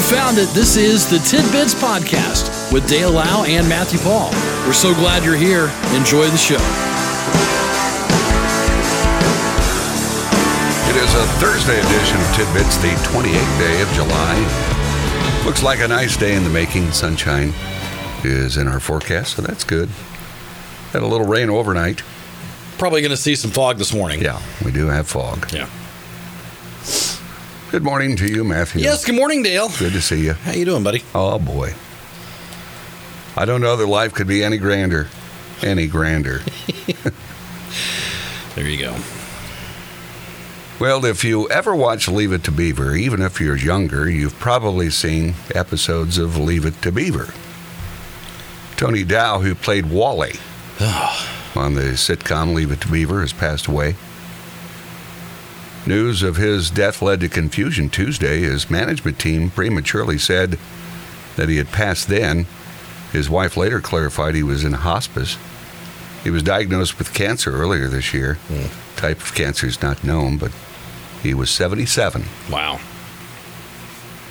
found it. This is the Tidbits Podcast with Dale Lau and Matthew Paul. We're so glad you're here. Enjoy the show. It is a Thursday edition of Tidbits, the 28th day of July. Looks like a nice day in the making. Sunshine is in our forecast, so that's good. Had a little rain overnight. Probably going to see some fog this morning. Yeah, we do have fog. Yeah. Good morning to you, Matthew. Yes. Good morning, Dale. Good to see you. How you doing, buddy? Oh, boy. I don't know that life could be any grander. Any grander. There you go. Well, if you ever watch Leave It to Beaver, even if you're younger, you've probably seen episodes of Leave It to Beaver. Tony Dow, who played Wally on the sitcom Leave It to Beaver, has passed away. News of his death led to confusion Tuesday. His management team prematurely said that he had passed then. His wife later clarified he was in hospice. He was diagnosed with cancer earlier this year. Type of cancer is not known, but he was 77. Wow.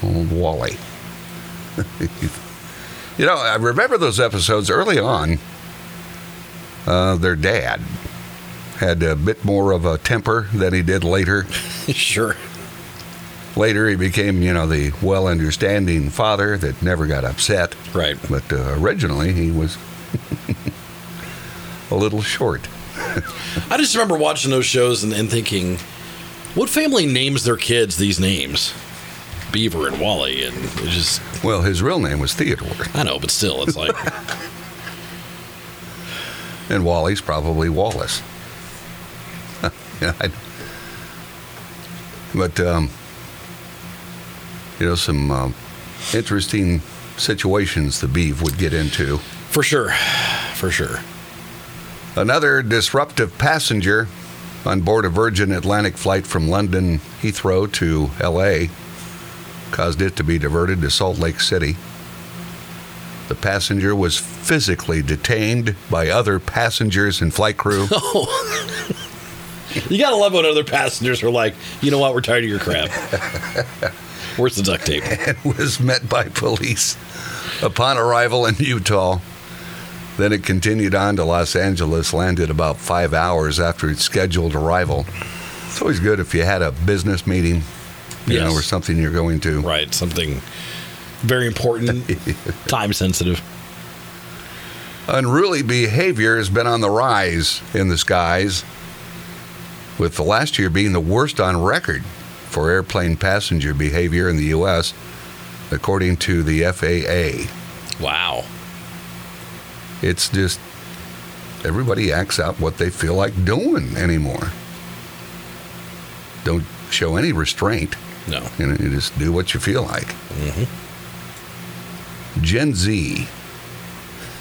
Old Wally. you know, I remember those episodes early on. Uh, their dad had a bit more of a temper than he did later. sure. Later, he became, you know, the well understanding father that never got upset. Right. But uh, originally, he was a little short. I just remember watching those shows and, and thinking, what family names their kids these names? Beaver and Wally, and it just Well, his real name was Theodore, I know, but still, it's like and Wally's probably Wallace. Yeah, I- but, um, you know, some um, interesting situations the beef would get into. for sure, for sure. Another disruptive passenger on board a Virgin Atlantic flight from London Heathrow to LA caused it to be diverted to Salt Lake City. The passenger was physically detained by other passengers and flight crew. You gotta love when other passengers are like, you know what, we're tired of your crap. Where's the duct tape? and was met by police upon arrival in Utah. Then it continued on to Los Angeles, landed about five hours after its scheduled arrival. It's always good if you had a business meeting, you know, Yes. or something you're going to. Right, something very important, time sensitive. Unruly behavior has been on the rise in the skies, with the last year being the worst on record for airplane passenger behavior in the U.S., according to the FAA. Wow. It's just everybody acts out what they feel like doing anymore. Don't show any restraint. No. You, know, you just do what you feel like. Gen Z,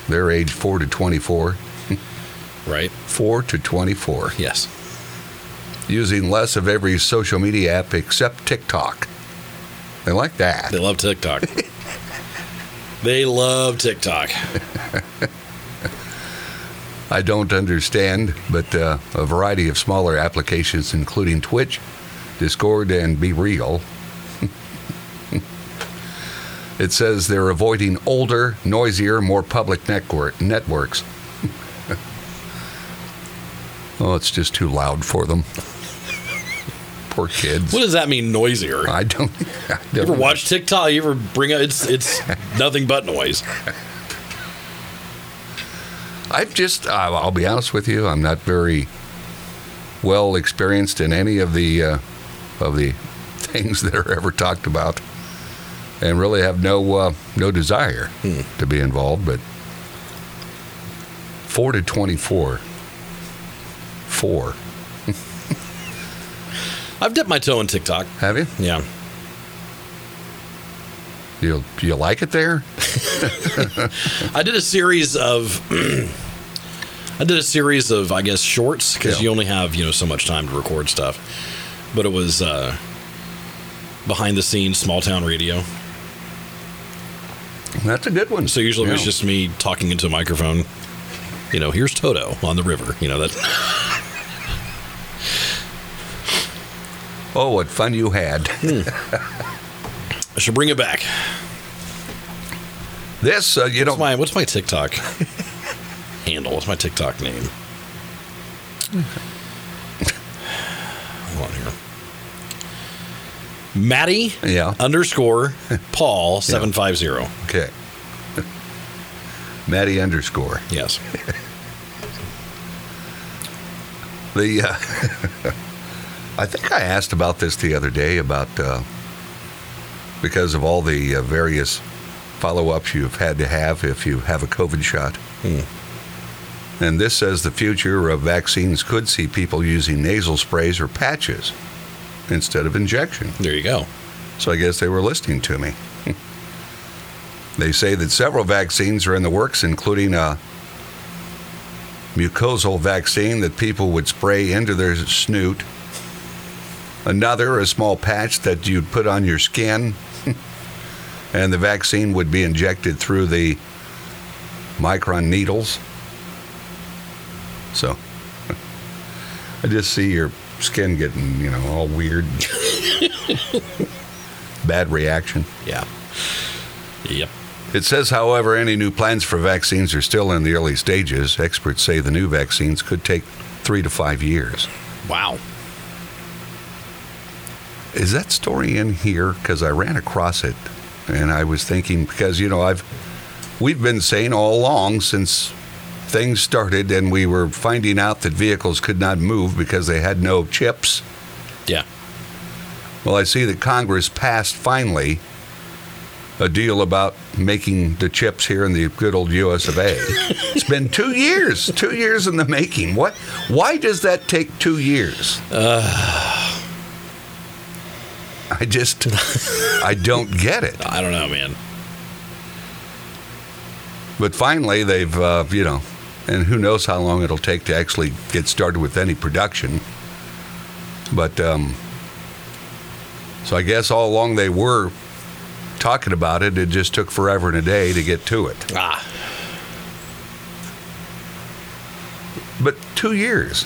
they're age 4 to 24, Right? 4 to 24, Yes. using less of every social media app except TikTok. They like that. They love TikTok. they love TikTok. I don't understand, but uh, a variety of smaller applications, including Twitch, Discord, and Be Real. it says they're avoiding older, noisier, more public network networks. oh, it's just too loud for them. Poor kids. What does that mean, noisier? I don't. I You never ever watch TikTok? You ever bring up it's it's nothing but noise. I've just, I- I'll be honest with you, I'm not very well experienced in any of the uh, of the things that are ever talked about, and really have no uh, no desire Hmm. to be involved. But four to twenty four, four. I've dipped my toe in TikTok. Have you? Yeah. You you like it there? I did a series of I did a series of I guess shorts because Yeah. you only have you know so much time to record stuff, but it was uh, behind the scenes small town radio. That's a good one. So usually it was Yeah. just me talking into a microphone. You know, here's Toto on the river. You know that. oh, what fun you had. Hmm. I should bring it back. This, uh, you What's don't. my what's my TikTok handle? What's my TikTok name? Hold on here. Matty Yeah. underscore Paul seven five zero. Okay. Maddie underscore. Yes. The uh, I think I asked about this the other day about uh, because of all the uh, various follow-ups you've had to have if you have a COVID shot. And this says the future of vaccines could see people using nasal sprays or patches instead of injection. There you go. So I guess they were listening to me. they say that several vaccines are in the works, including a mucosal vaccine that people would spray into their snoot, another, a small patch that you'd put on your skin, and the vaccine would be injected through the micron needles. So I just see your skin getting, you know, all weird. Bad reaction. Yeah. Yep. It says, however, any new plans for vaccines are still in the early stages. Experts say the new vaccines could take three to five years. Wow. Is that story in here? Because I ran across it, and I was thinking because you know I've we've been saying all along since things started, and we were finding out that vehicles could not move because they had no chips. Yeah. Well, I see that Congress passed finally a deal about making the chips here in the good old US of A. it's been two years, two years in the making. What? Why does that take two years? I just, I don't get it. I don't know, man. But finally, they've, uh, you know, and who knows how long it'll take to actually get started with any production. But, um, so I guess all along they were talking about it. It just took forever and a day to get to it. Ah. But two years.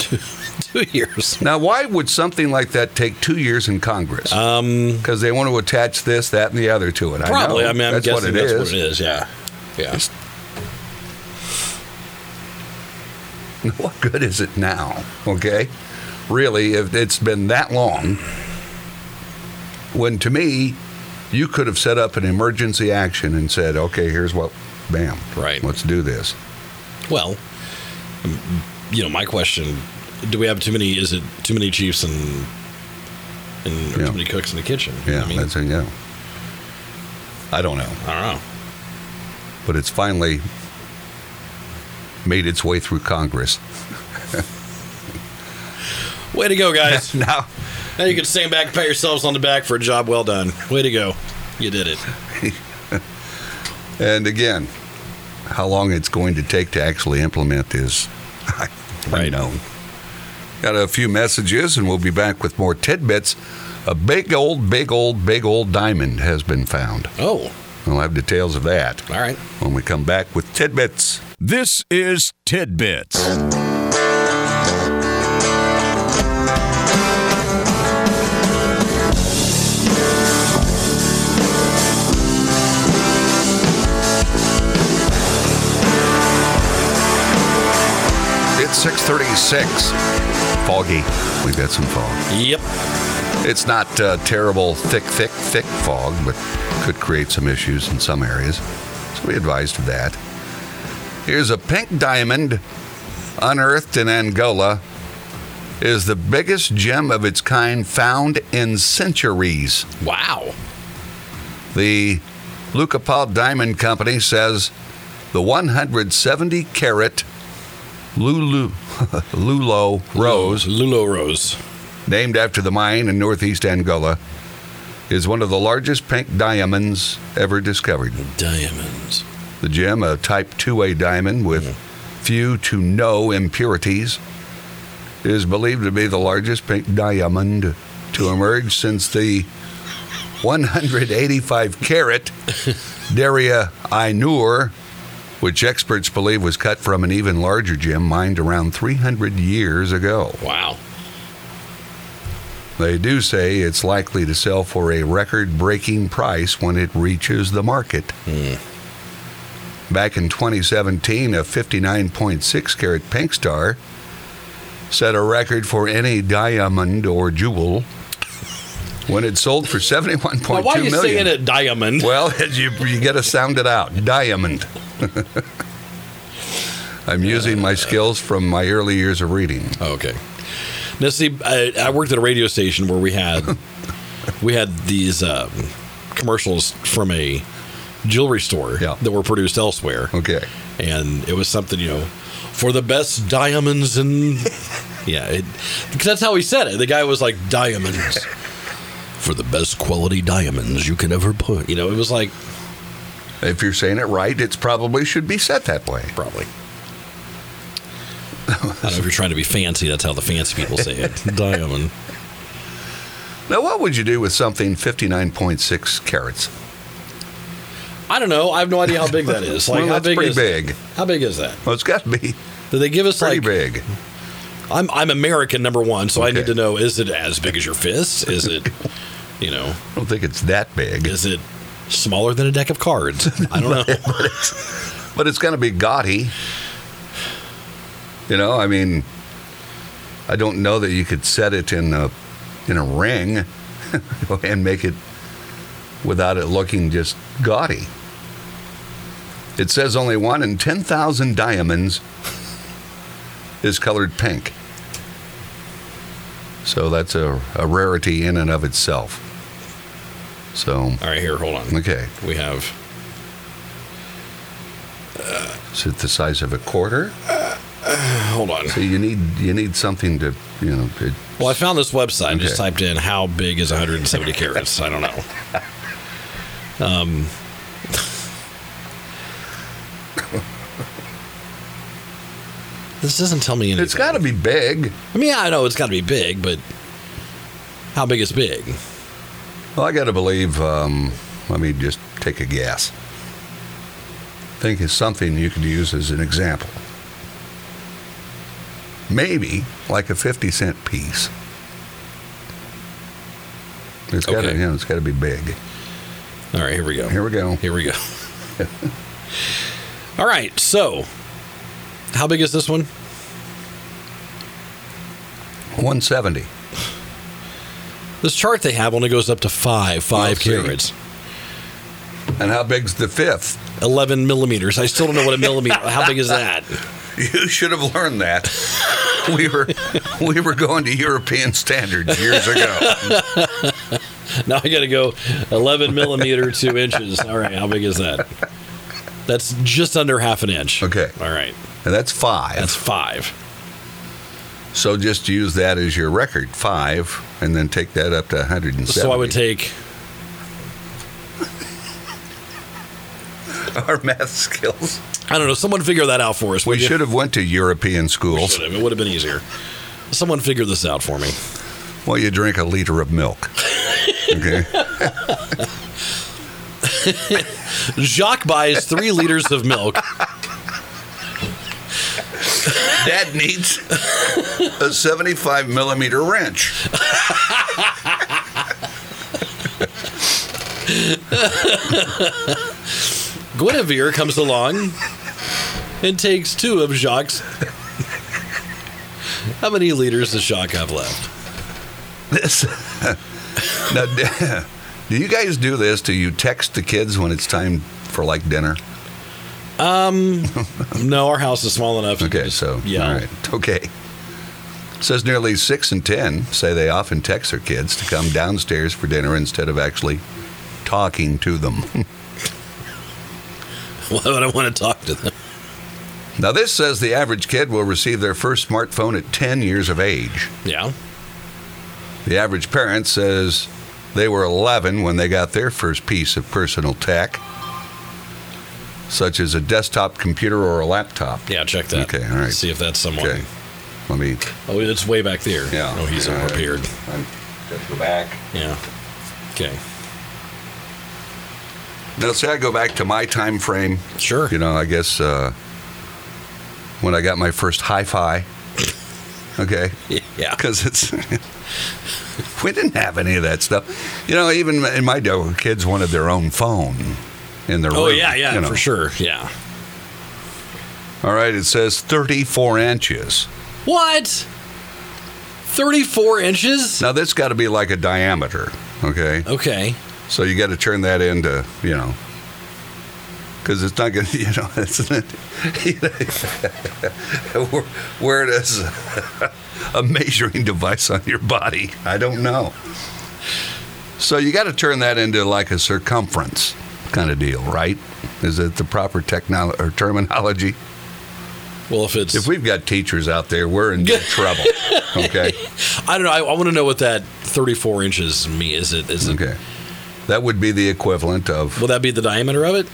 Two years. now, why would something like that take two years in Congress? Because they want to attach this, that, and the other to it. Um, Probably. I, know. I, mean, I'm that's guessing what it that's is. what it is. Yeah. Yeah. What good is it now? Okay? Really, if it's been that long, when to me, you could have set up an emergency action and said, okay, here's what, bam, Right. let's do this. Well, um, you know, my question: Do we have too many? Is it too many chiefs and and or Yeah. too many cooks in the kitchen? Yeah, I mean, that's it, yeah. I don't know, I don't know. but it's finally made its way through Congress. Way to go, guys! Now, now you can stand back and pat yourselves on the back for a job well done. Way to go! You did it. and again, how long it's going to take to actually implement is I Right. unknown. Got a few messages, and we'll be back with more tidbits. A big old, big old, big old diamond has been found. Oh, We'll have details of that all right. when we come back with tidbits. This is Tidbits. It's 636. Foggy. We've got some fog. Yep. It's not uh, terrible, thick, thick, thick fog, but could create some issues in some areas. So be advised of that. Here's a pink diamond unearthed in Angola. Is the biggest gem of its kind found in centuries. Wow. The Lucapal Diamond Company says the 170 carat Lulu, Lulo Rose Lulo Rose. named after the mine in northeast Angola, is one of the largest pink diamonds ever discovered. Diamonds. The gem, a type 2A diamond with few to no impurities, is believed to be the largest pink diamond to emerge since the 185 carat Daria Ainur, which experts believe was cut from an even larger gem mined around 300 years ago. Wow. They do say it's likely Hmm. to sell for a record breaking price when it reaches the market. Back in 2017, a 59.6 carat pink star set a record for any diamond or jewel when it sold for 71.2 Now, million. why are you saying it diamond? Well, you, you got to sound it out. Diamond. I'm using my skills from my early years of reading. Oh, okay. Now, see, I, I worked at a radio station where we had we had these um, commercials from a jewelry store Yeah. that were produced elsewhere, Okay. and it was something you know for the best diamonds and yeah, it, 'cause that's how he said it. The guy was like diamonds for the best quality diamonds you can ever put. You know, it was like If you're saying it right, it's probably should be set that way. probably. I don't know if you're trying to be fancy. That's how the fancy people say it. Diamond. Now, what would you do with something 59.6 carats? I don't know. I have no idea how big that is. Like Well, how that's big pretty is big. how big is that? Well, it's got to be Do they give us pretty like big. I'm I'm American number one, so I Okay. need to know is it as big as your fist? Is it you know I don't think it's that big, is it smaller than a deck of cards? I don't know. but it's going to be gaudy. You know, I mean, I don't know that you could set it in a in a ring and make it without it looking just gaudy. It says only one in 10,000 diamonds is colored pink. So that's a, a rarity in and of itself. So, All right, here, hold on. okay. We have Is it the size of a quarter? hold on. So you need you need something to you know. To, Well, I found this website. and Just Okay. typed in how big is 170 carats. I don't know. Um, this doesn't tell me anything. it's got to be big. I mean, I know it's got to be big, but how big is big? Well, I got to believe. Um, let me just take a guess. Think of something you could use as an example. Maybe like a fifty cent piece. It's got to Okay. you know, it's got to be big. All right, here we go. Here we go. Here we go. All right, so how big is this one? One seventy. This chart they have only goes up to five, five see. carats, And how big's the fifth? eleven millimeters. I still don't know what a millimeter. how big is that? You should have learned that. We were we were going to European standards years ago. Now I got to go 11 millimeter, two inches. All right, how big is that? That's just under half an inch. Okay. All right, And that's five. that's five. so just use that as your record, five, and then take that up to 170. So I would take. our math skills. I don't know. Someone figure that out for us. We would you? should have went to European schools. Should've. It would have been easier. Someone figure this out for me. Well, you drink a liter of milk. Okay. Jacques buys three liters of milk. Dad needs a 75 millimeter wrench. Guinevere comes along and takes two of Jacques. How many liters does Jacques have left? This. now, d- do you guys do this? Do you text the kids when it's time for like dinner? No, our house is small enough. to Okay, just so yell. all right, okay. Says nearly six in ten say they often text their kids to come downstairs for dinner instead of actually talking to them. Why would I want to talk to them? now this says the average kid will receive their first smartphone at ten years of age. Yeah. The average parent says they were eleven when they got their first piece of personal tech, such as a desktop computer or a laptop. Yeah, check that. Okay, all right. See if that's someone. Okay. Let me. Oh, it's way back there. Yeah. Oh, he's All right. unprepared. I'm, just go back. Yeah. Okay. Now, see, I go back to my time frame. Sure. You know, I guess uh, when I got my first hi-fi. Okay, Yeah. because it's we didn't have any of that stuff. You know, even in my day, kids wanted their own phone in their Oh room. yeah, yeah, you know. for sure. Yeah. All right, it says 34 inches. What? 34 inches? Now, that's got to be like a diameter, okay? Okay. So you got to turn that into, you know, because it's not going to, you know, it's not, you know, where, where does a measuring device on your body? I don't know. So you got to turn that into like a circumference kind of deal, right? Is it the proper technolo- or terminology? Well, if it's. If we've got teachers out there, we're in good trouble. Okay. I don't know. I, I want to know what that 34 inches mean. Is it. Is it Okay. That would be the equivalent of Will that be the diameter of it?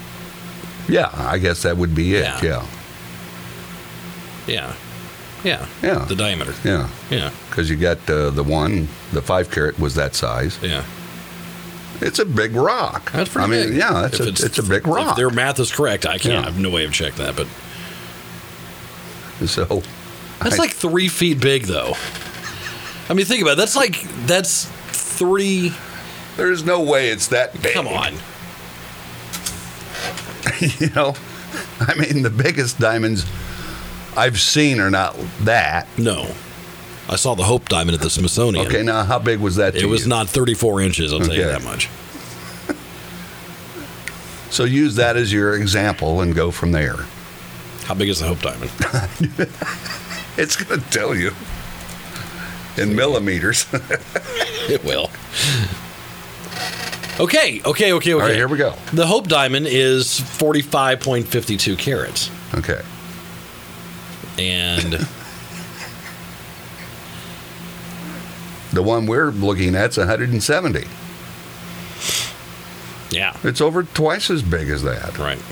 Yeah, I guess that would be it. Yeah. Yeah. Yeah. Yeah. Yeah. The diameter. Yeah. Yeah. Because you got uh, the one, the five carat was that size. Yeah. It's a big rock. That's pretty I mean, big. yeah, it's If a, it's, a big rock. If their math is correct, I can't. Yeah. I have no way of checking that, but So, that's I- like three feet big, though. I mean, think about it. That's like, that's three. there's no way it's that big. Come on. you know, I mean, the biggest diamonds I've seen are not that. No. I saw the Hope Diamond at the Smithsonian. Okay, now how big was that? to It was you? not 34 inches, I'll tell you Okay. that much. So use that as your example and go from there. How big is the Hope Diamond? It's going to tell you in millimeters. All it will. Okay, okay, okay, okay. right, here we go. The Hope Diamond is 45.52 carats. Okay. And The one we're looking at's 170. yeah, It's over twice as big as that. right.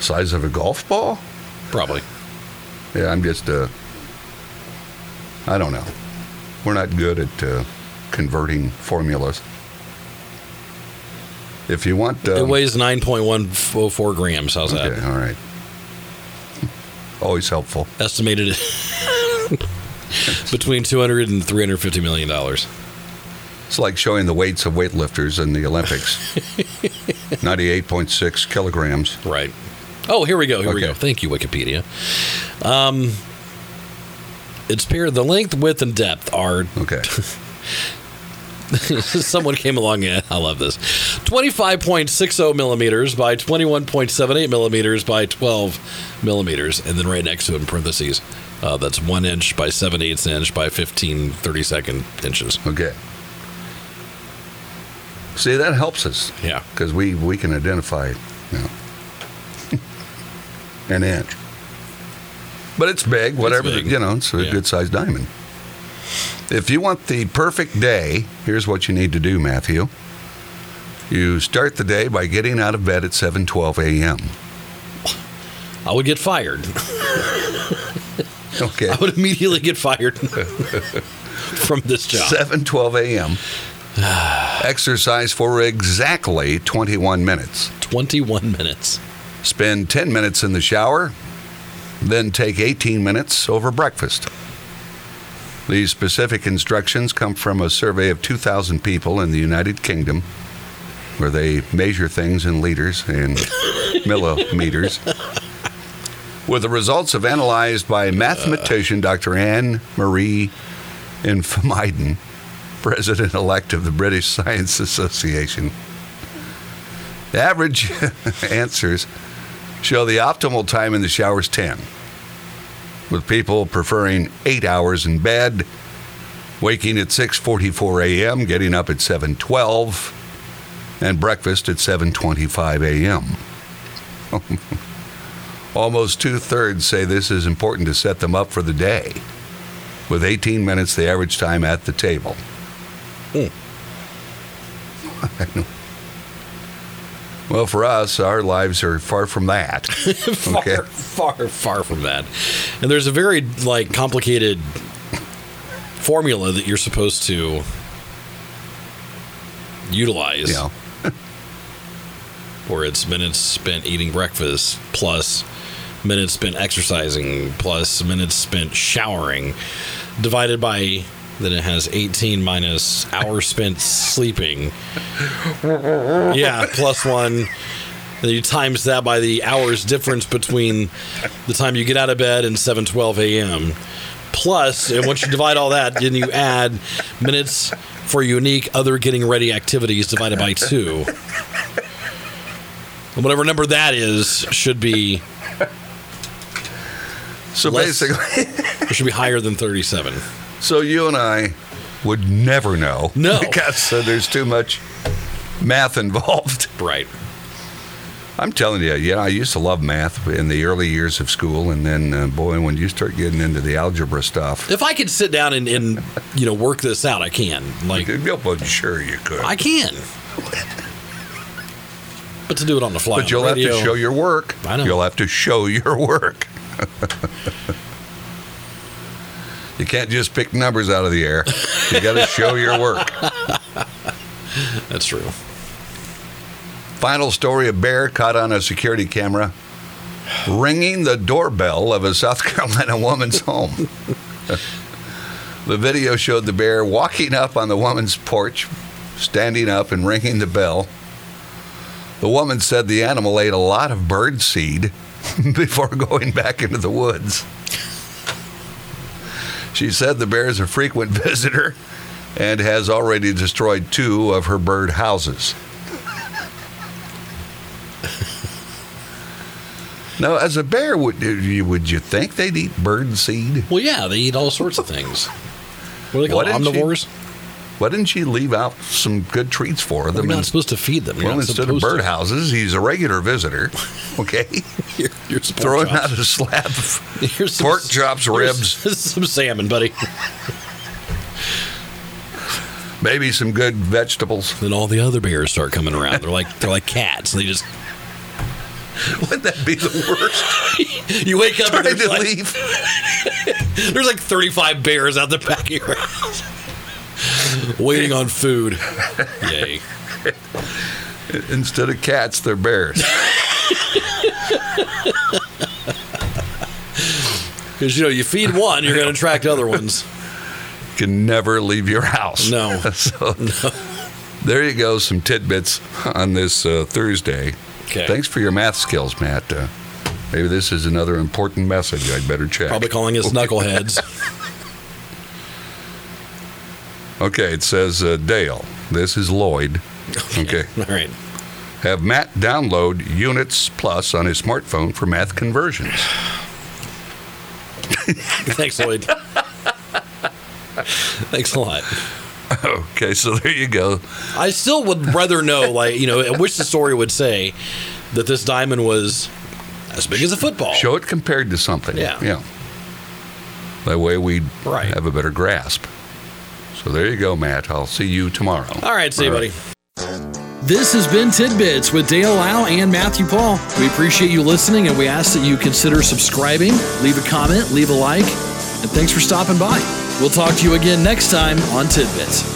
Size of a golf ball? Probably. Yeah, I'm just, uh, I don't know. We're not good at uh, converting formulas. If you want, um, it weighs 9.104 grams. How's okay, that? all right. Always helpful. Estimated between 200 and 350 million dollars. It's like showing the weights of weightlifters in the Olympics. 98.6 kilograms. Right. Oh, here we go. Here we Okay. go. Thank you, Wikipedia. Um, it's paired. The length, width, and depth are. Okay. someone came along. Yeah, I love this. Twenty-five point six zero millimeters by twenty-one point seven eight millimeters by twelve millimeters, and then right next to it in parentheses, uh, that's one inch by seven eighths inch by fifteen thirty-second inches. Okay. See, that helps us. Yeah. Because we, we can identify you know, an inch. But it's big, whatever, the- big. you know, it's a Yeah. good sized diamond. If you want the perfect day, here's what you need to do, Matthew. You start the day by getting out of bed at 7:12 a.m. I would get fired. Okay. I would immediately get fired from this job. 7:12 a.m. Exercise for exactly 21 minutes. 21 minutes. Spend 10 minutes in the shower, then take 18 minutes over breakfast. These specific instructions come from a survey of 2,000 people in the United Kingdom, where they measure things in liters and millimeters. With the results of analyzed by mathematician Dr. Anne Marie Infamiden, president elect of the British Science Association. The average answers show the optimal time in the shower is 10, with people preferring 8 hours in bed, waking at 6:44 a.m., getting up at 7:12, and breakfast at 7:25 a.m. Almost two-thirds say this is important to set them up for the day, with 18 minutes the average time at the table. Well, for us, our lives are far from that. far, far, far from that. And there's a very like complicated formula that you're supposed to utilize Yeah. where it's minutes spent eating breakfast plus minutes spent exercising plus minutes spent showering divided by then it has 18 minus hours spent sleeping yeah plus one And you times that by the hours difference between the time you get out of bed and 7:12 a.m. Plus, and once you divide all that, then you add minutes for unique other getting ready activities divided by two. And Whatever number that is should be So Less- basically, it should be higher than 37. so you and I would never know. No. Because uh, there's too much math involved. Right. I'm telling you, you know, I used to love math in the early years of school, and then, uh, boy, when you start getting into the algebra stuff, If I could sit down and, and you know work this out, I can. Like you well, sure you could. I can. But to do it on the fly, but on you'll the have radio, to show your work. I know. You'll have to show your work. you can't just pick numbers out of the air. You got to show your work. That's true. Final story a bear caught on a security camera ringing the doorbell of a South Carolina woman's home. the video showed the bear walking up on the woman's porch, standing up and ringing the bell. The woman said the animal ate a lot of bird seed before going back into the woods. She said the bear is a frequent visitor and has already destroyed two of her bird houses. Now, as a bear, would you would you think they'd eat bird seed? Well, yeah, they eat all sorts of things. What are they Why called? didn't she- Omnivores? Why didn't she leave out some good treats for We're them? not And- supposed to feed them. You're well, not instead of supposed to. birdhouses, he's a regular visitor. Okay, You're, you're supposed throw him to- out a slab of Here's some- pork chops, here's- ribs, here's some salmon, buddy. maybe some good vegetables. Then all the other bears start coming around. They're like they're like cats. They just Wouldn't that be the worst? you wake up and Trying there's to like, leave. there's like 35 bears out the back of your house waiting on food. Yay! Instead of cats, they're bears. Because you know you feed one, you're going to attract other ones. Can never leave your house. No. so there you go. Some tidbits on this uh, Thursday. Okay. Thanks for your math skills, Matt. Uh, maybe this is another important message. I'd better check. Probably calling us knuckleheads. Okay, it says uh, Dale. This is Lloyd. Okay. All right. Have Matt download Units Plus on his smartphone for math conversions. Thanks, Lloyd. Thanks a lot. okay, so there you go. I still would rather know, like, you know, I wish the story would say that this diamond was as big as a football. Show it compared to something. Yeah. Yeah. That way we Right. have a better grasp. So there you go, Matt. I'll see you tomorrow. All right, see you, buddy. This has been Tidbits with Dale Lau and Matthew Paul. We appreciate you listening and we ask that you consider subscribing, leave a comment, leave a like, and thanks for stopping by. We'll talk to you again next time on Tidbits.